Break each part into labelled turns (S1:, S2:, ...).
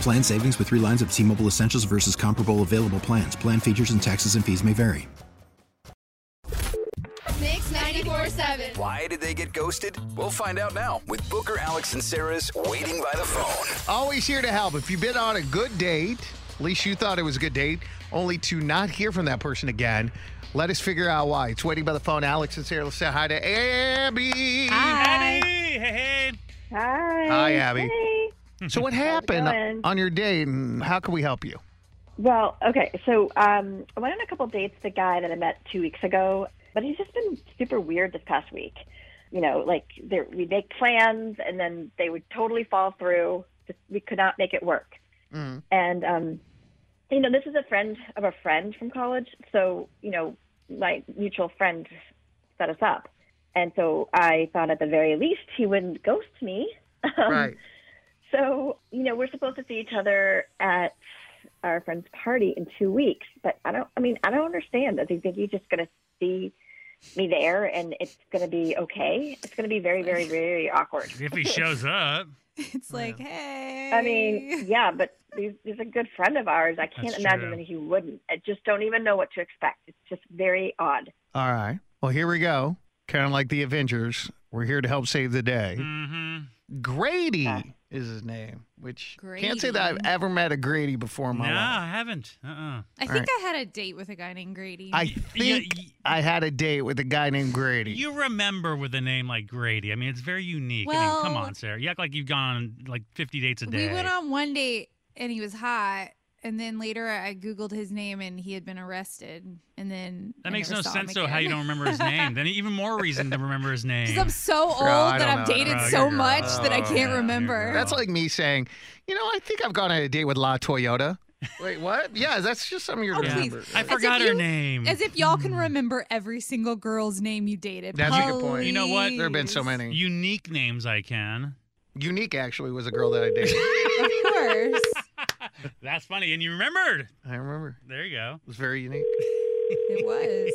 S1: Plan savings with three lines of T Mobile Essentials versus comparable available plans. Plan features and taxes and fees may vary.
S2: Mix 94.7.
S3: Why did they get ghosted? We'll find out now with Booker, Alex, and Sarah's Waiting by the Phone.
S4: Always here to help. If you've been on a good date, at least you thought it was a good date, only to not hear from that person again, let us figure out why. It's waiting by the phone. Alex and Sarah, let's say hi to Abby.
S5: Hey, hey, hey.
S6: Hi.
S4: Hi, Abby.
S6: Hey.
S4: So, what happened
S6: going?
S4: on your date and how can we help you?
S6: Well, okay. So um, I went on a couple dates with a guy that I met two weeks ago, but he's just been super weird this past week. You know, like there, we make plans and then they would totally fall through. Just- We could not make it work.
S4: Mm-hmm.
S6: And, um, you know, this is a friend of a friend from college. So, you know, my mutual friend set us up. And so I thought at the very least he wouldn't ghost me. Um,
S4: Right.
S6: So, you know, we're supposed to see each other at our friend's party in two weeks, but I don't, I mean, I don't understand. Does he think he's just going to see me there and it's going to be okay? It's going to be very, very, very awkward.
S5: If he shows up,
S7: It's like, hey.
S6: I mean, yeah, but he's, he's a good friend of ours. I can't
S5: That's
S6: imagine
S5: true.
S6: that he wouldn't. I just don't even know what to expect. It's just very odd.
S4: All right. Well, here we go. Kind of like the Avengers. We're here to help save the day.
S5: mm-hmm.
S4: Grady is his name, which can't say that I've
S7: Grady.
S4: ever met a Grady before in
S5: no,
S4: my life.
S5: I haven't. Uh-uh.
S7: I
S4: all
S7: think
S4: right.
S7: I had a date with a guy named Grady.
S4: I
S5: Yeah,
S4: think
S5: y-
S4: I had a date with a guy named Grady.
S5: You remember with a name like Grady. I mean, it's very unique. I mean, come
S7: Well-
S5: on, Sarah. You act like you've gone on like 50 dates a day.
S7: we went on one date and he was hot. And then later I Googled his name and he had been arrested. And then
S5: that makes no sense, though, how you don't remember his name. then even more reason to remember his
S7: Because
S5: name.
S7: I'm so old
S4: Girl, I
S7: that
S4: don't
S7: I've
S4: know.
S7: dated
S5: Girl,
S7: so
S5: you're
S7: much
S5: gross.
S7: that I
S5: Yeah,
S7: can't
S5: you're
S7: remember.
S5: gross.
S4: That's like me saying, you know, I think I've gone on a date with La Toyota. Wait, what? Yeah, that's just something you're
S7: Oh,
S5: Yeah.
S7: please.
S4: remember.
S5: I
S7: As if
S5: forgot her
S7: you-
S5: name. Hmm.
S7: As if y'all can remember every single girl's name you dated.
S4: That's a good point.
S7: Please.
S5: You know what?
S4: There have been so many.
S5: Unique names I can.
S4: Unique actually was a girl that I dated.
S7: Of course.
S5: That's funny. And you remembered.
S4: I remember.
S5: There you go.
S4: It was very unique.
S7: it was.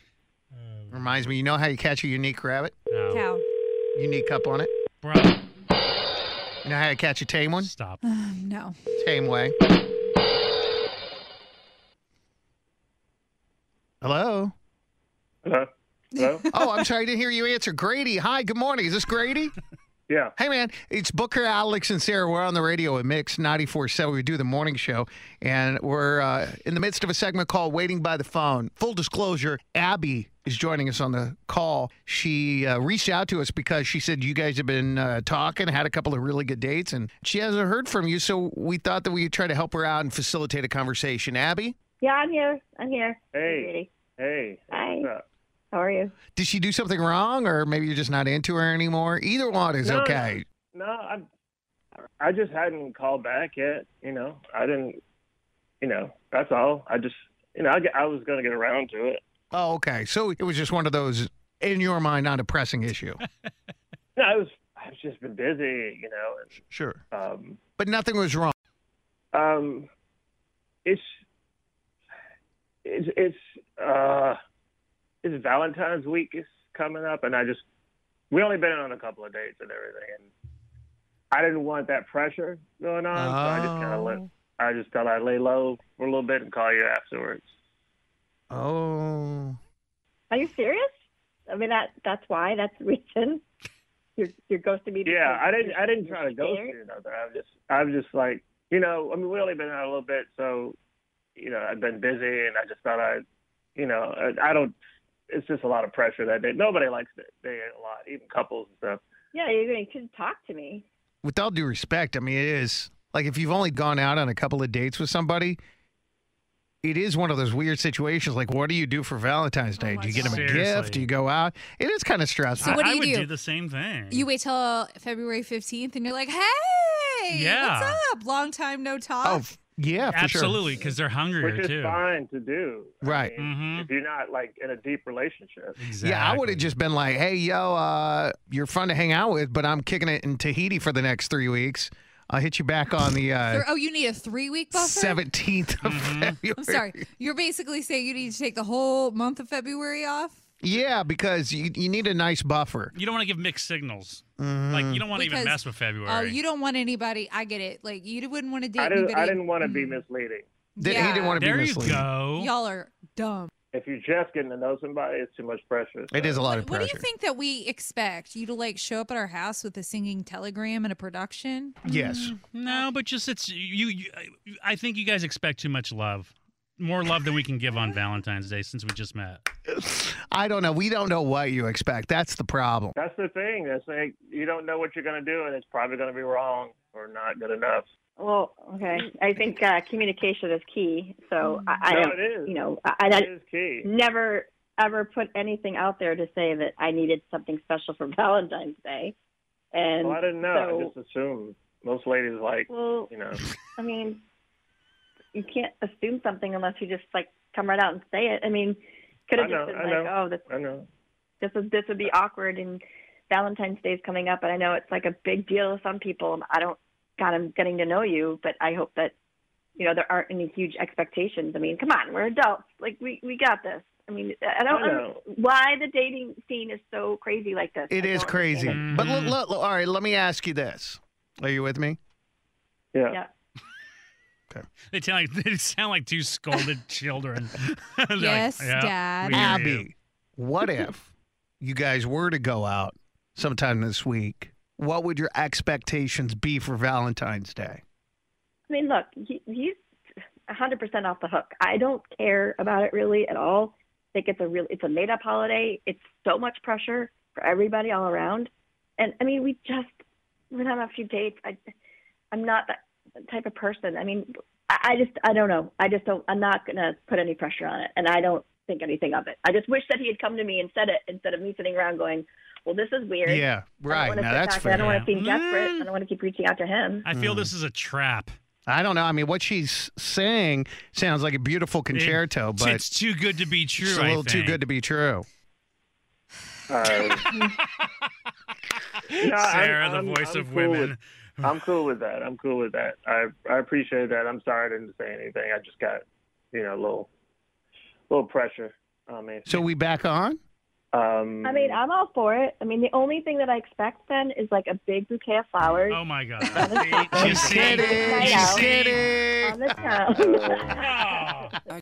S4: Reminds me, you know how you catch a unique rabbit?
S5: Oh,
S7: Cow.
S4: Unique cup on it.
S5: bro,
S4: You know how you catch a tame one?
S5: stop.
S7: Um, no.
S4: Tame way. Hello.
S8: Hello. Hello.
S4: Oh, I'm sorry, I didn't hear you answer. Grady, hi, good morning. Is this Grady?
S8: yeah.
S4: Hey, man, it's Booker, Alex, and Sarah. We're on the radio at Mix 94.7. We do the morning show, and we're uh, in the midst of a segment called Waiting by the Phone. Full disclosure, Abby is joining us on the call. She uh, reached out to us because she said you guys have been uh, talking, had a couple of really good dates, and she hasn't heard from you, so we thought that we'd try to help her out and facilitate a conversation. Abby,
S6: Yeah, I'm here. I'm here.
S8: Hey.
S6: Katie.
S8: Hey.
S6: Hi.
S8: What's up?
S6: How are you?
S4: did she do something wrong, or maybe you're just not into her anymore? Either one is
S8: No,
S4: okay.
S8: No, I I just hadn't called back yet. You know, I didn't. You know, that's all. I just, you know, I, get- I was gonna get around to it.
S4: Oh, okay. So it was just one of those, in your mind, not a pressing issue.
S8: No, I was. I've just been busy. You know,
S4: sure.
S8: and
S4: But nothing was wrong.
S8: um, um, it's, it's, it's, uh, it's Valentine's week is coming up, and I just, we only been on a couple of dates and everything, and I didn't want that pressure going on, so I just kind of
S4: Oh.
S8: let I just thought I'd lay low for a little bit and call you afterwards.
S4: Oh.
S6: Are you serious? I mean, that that's why. That's the reason. your your ghosted me.
S8: Yeah,
S6: because
S8: I didn't.
S6: you're-
S8: I didn't
S6: you're
S8: try to ghost
S6: scared?
S8: you or nothing. I was just. I was just like, you know. I mean, we only been out a little bit, so you know, I've been busy, and I just thought I, you know, I, I don't. It's just a lot of pressure that day. Nobody likes that day a lot, even couples and stuff.
S6: Yeah, you're going to talk to me.
S4: with all due respect, I mean, it is like if you've only gone out on a couple of dates with somebody, it is one of those weird situations. Like, what do you do for Valentine's Day? do you get them a gift?
S5: Oh Seriously.
S4: Do you go out? It is kind of stressful.
S7: So what do
S5: I
S7: you
S5: would
S7: do?
S5: do? the same thing.
S7: You wait till February 15th and you're like, hey,
S5: Yeah.
S7: what's up? Long time no talk.
S4: oh, f- yeah, for
S5: Absolutely, because they're hungrier
S8: Which is
S5: too.
S8: fine to do. I
S4: sure. Right.
S8: mean,
S5: Mhm.
S8: If you're not like in a deep relationship.
S5: Exactly.
S4: Yeah, I would have just been like, hey, yo, uh, you're fun to hang out with, but I'm kicking it in Tahiti for the next three weeks. I'll hit you back on the uh,
S7: You're- oh, you need a three week buffer?
S4: 17th of
S5: Mm-hmm.
S4: February.
S7: I'm sorry. You're basically saying you need to take the whole month of February off? Oh,
S4: Yeah, because you, you need a nice buffer.
S5: You don't want to give mixed signals. Like
S4: Mm-hmm.
S5: you don't want to even
S7: Because-
S5: mess with February.
S7: Oh, you don't want anybody. I get it. Like, you wouldn't want to date
S8: I didn't.
S7: anybody.
S8: I didn't want to be misleading.
S4: Th- He
S7: Yeah.
S4: didn't want to be
S5: there you
S4: misleading.
S5: go.
S7: Y'all are dumb.
S8: If you're just getting to know somebody, it's too much pressure.
S4: It is a lot of
S7: What
S4: pressure.
S7: do you think that we expect? You to like show up at our house with a singing telegram and a production?
S4: Yes.
S5: No, but just it's you, you. I think you guys expect too much love, more love than we can give on Valentine's Day since we just met.
S4: I don't know. We don't know what you expect. That's the problem.
S8: That's the thing. That's like you don't know what you're gonna do, and it's probably gonna be wrong or not good enough.
S6: Well, okay. I think uh, communication is key. So I,
S8: Mm.
S6: I
S8: No,
S6: don't,
S8: it is.
S6: you know, I, I
S8: it is key.
S6: never ever put anything out there to say that I needed something special for Valentine's Day. And
S8: Well, I didn't know.
S6: So,
S8: I just assumed most ladies like,
S6: well,
S8: you know,
S6: I mean, you can't assume something unless you just like come right out and say it. I mean, could
S8: I
S6: have
S8: know,
S6: just been
S8: I
S6: like,
S8: know.
S6: oh, this
S8: I know.
S6: this is this would be awkward and Valentine's Day is coming up, and I know it's like a big deal to some people. and I don't, God, I'm getting to know you, but I hope that you know there aren't any huge expectations. I mean, come on, we're adults, like we we got this. I mean, I don't
S8: I know.
S6: understand why the dating scene is so crazy like this.
S4: It
S6: I
S4: is
S6: don't
S4: crazy.
S6: understand
S4: But look, look, look, all right, let me ask you this. Are you with me?
S8: Yeah.
S6: it. Yeah.
S5: They sound like they sound like two scolded children. They're like,
S7: Yes, Dad.
S5: we hear
S4: Abby,
S5: you."
S4: what if you guys were to go out sometime this week? What would your expectations be for Valentine's Day?
S6: I mean, look, he, he's 100% off the hook. I don't care about it really at all. I think it's a real, it's a made up holiday. It's so much pressure for everybody all around. And I mean, we just went on a few dates. I, I'm not that type of person. I mean, I, I just, I don't know. I just don't, I'm not going to put any pressure on it. And I don't think anything of it. I just wish that he had come to me and said it instead of me sitting around going, well, this is weird.
S4: Yeah,
S6: I
S4: right.
S6: don't wanna
S4: Now
S6: sit
S4: that's
S6: back there.
S4: fair.
S6: I
S4: Mm.
S6: don't want to seem
S5: Yeah.
S6: desperate. I don't want to keep reaching out to him.
S5: I feel this is a trap.
S4: I don't know. I mean, what she's saying sounds like a beautiful concerto,
S5: It's-
S4: but
S5: it's too good to be true.
S4: it's a
S5: I
S4: little too
S5: think.
S4: good to be true.
S8: Um, no, I'm-
S5: Sarah,
S8: I'm-
S5: the voice
S8: I'm
S5: of
S8: cool
S5: women.
S8: with- I'm cool with that. I'm cool with that. I I appreciate that. I'm sorry I didn't say anything. I just got, you know, a little, little pressure on me.
S4: So we back on?
S8: um,
S6: I mean, I'm all for it. I mean, the only thing that I expect then is like a big bouquet of flowers
S5: Oh my god. See? You see?
S4: Kidding.
S6: Night
S5: You
S4: Oh.
S6: out.
S5: see?
S4: Kidding.
S6: on the town.
S5: Oh.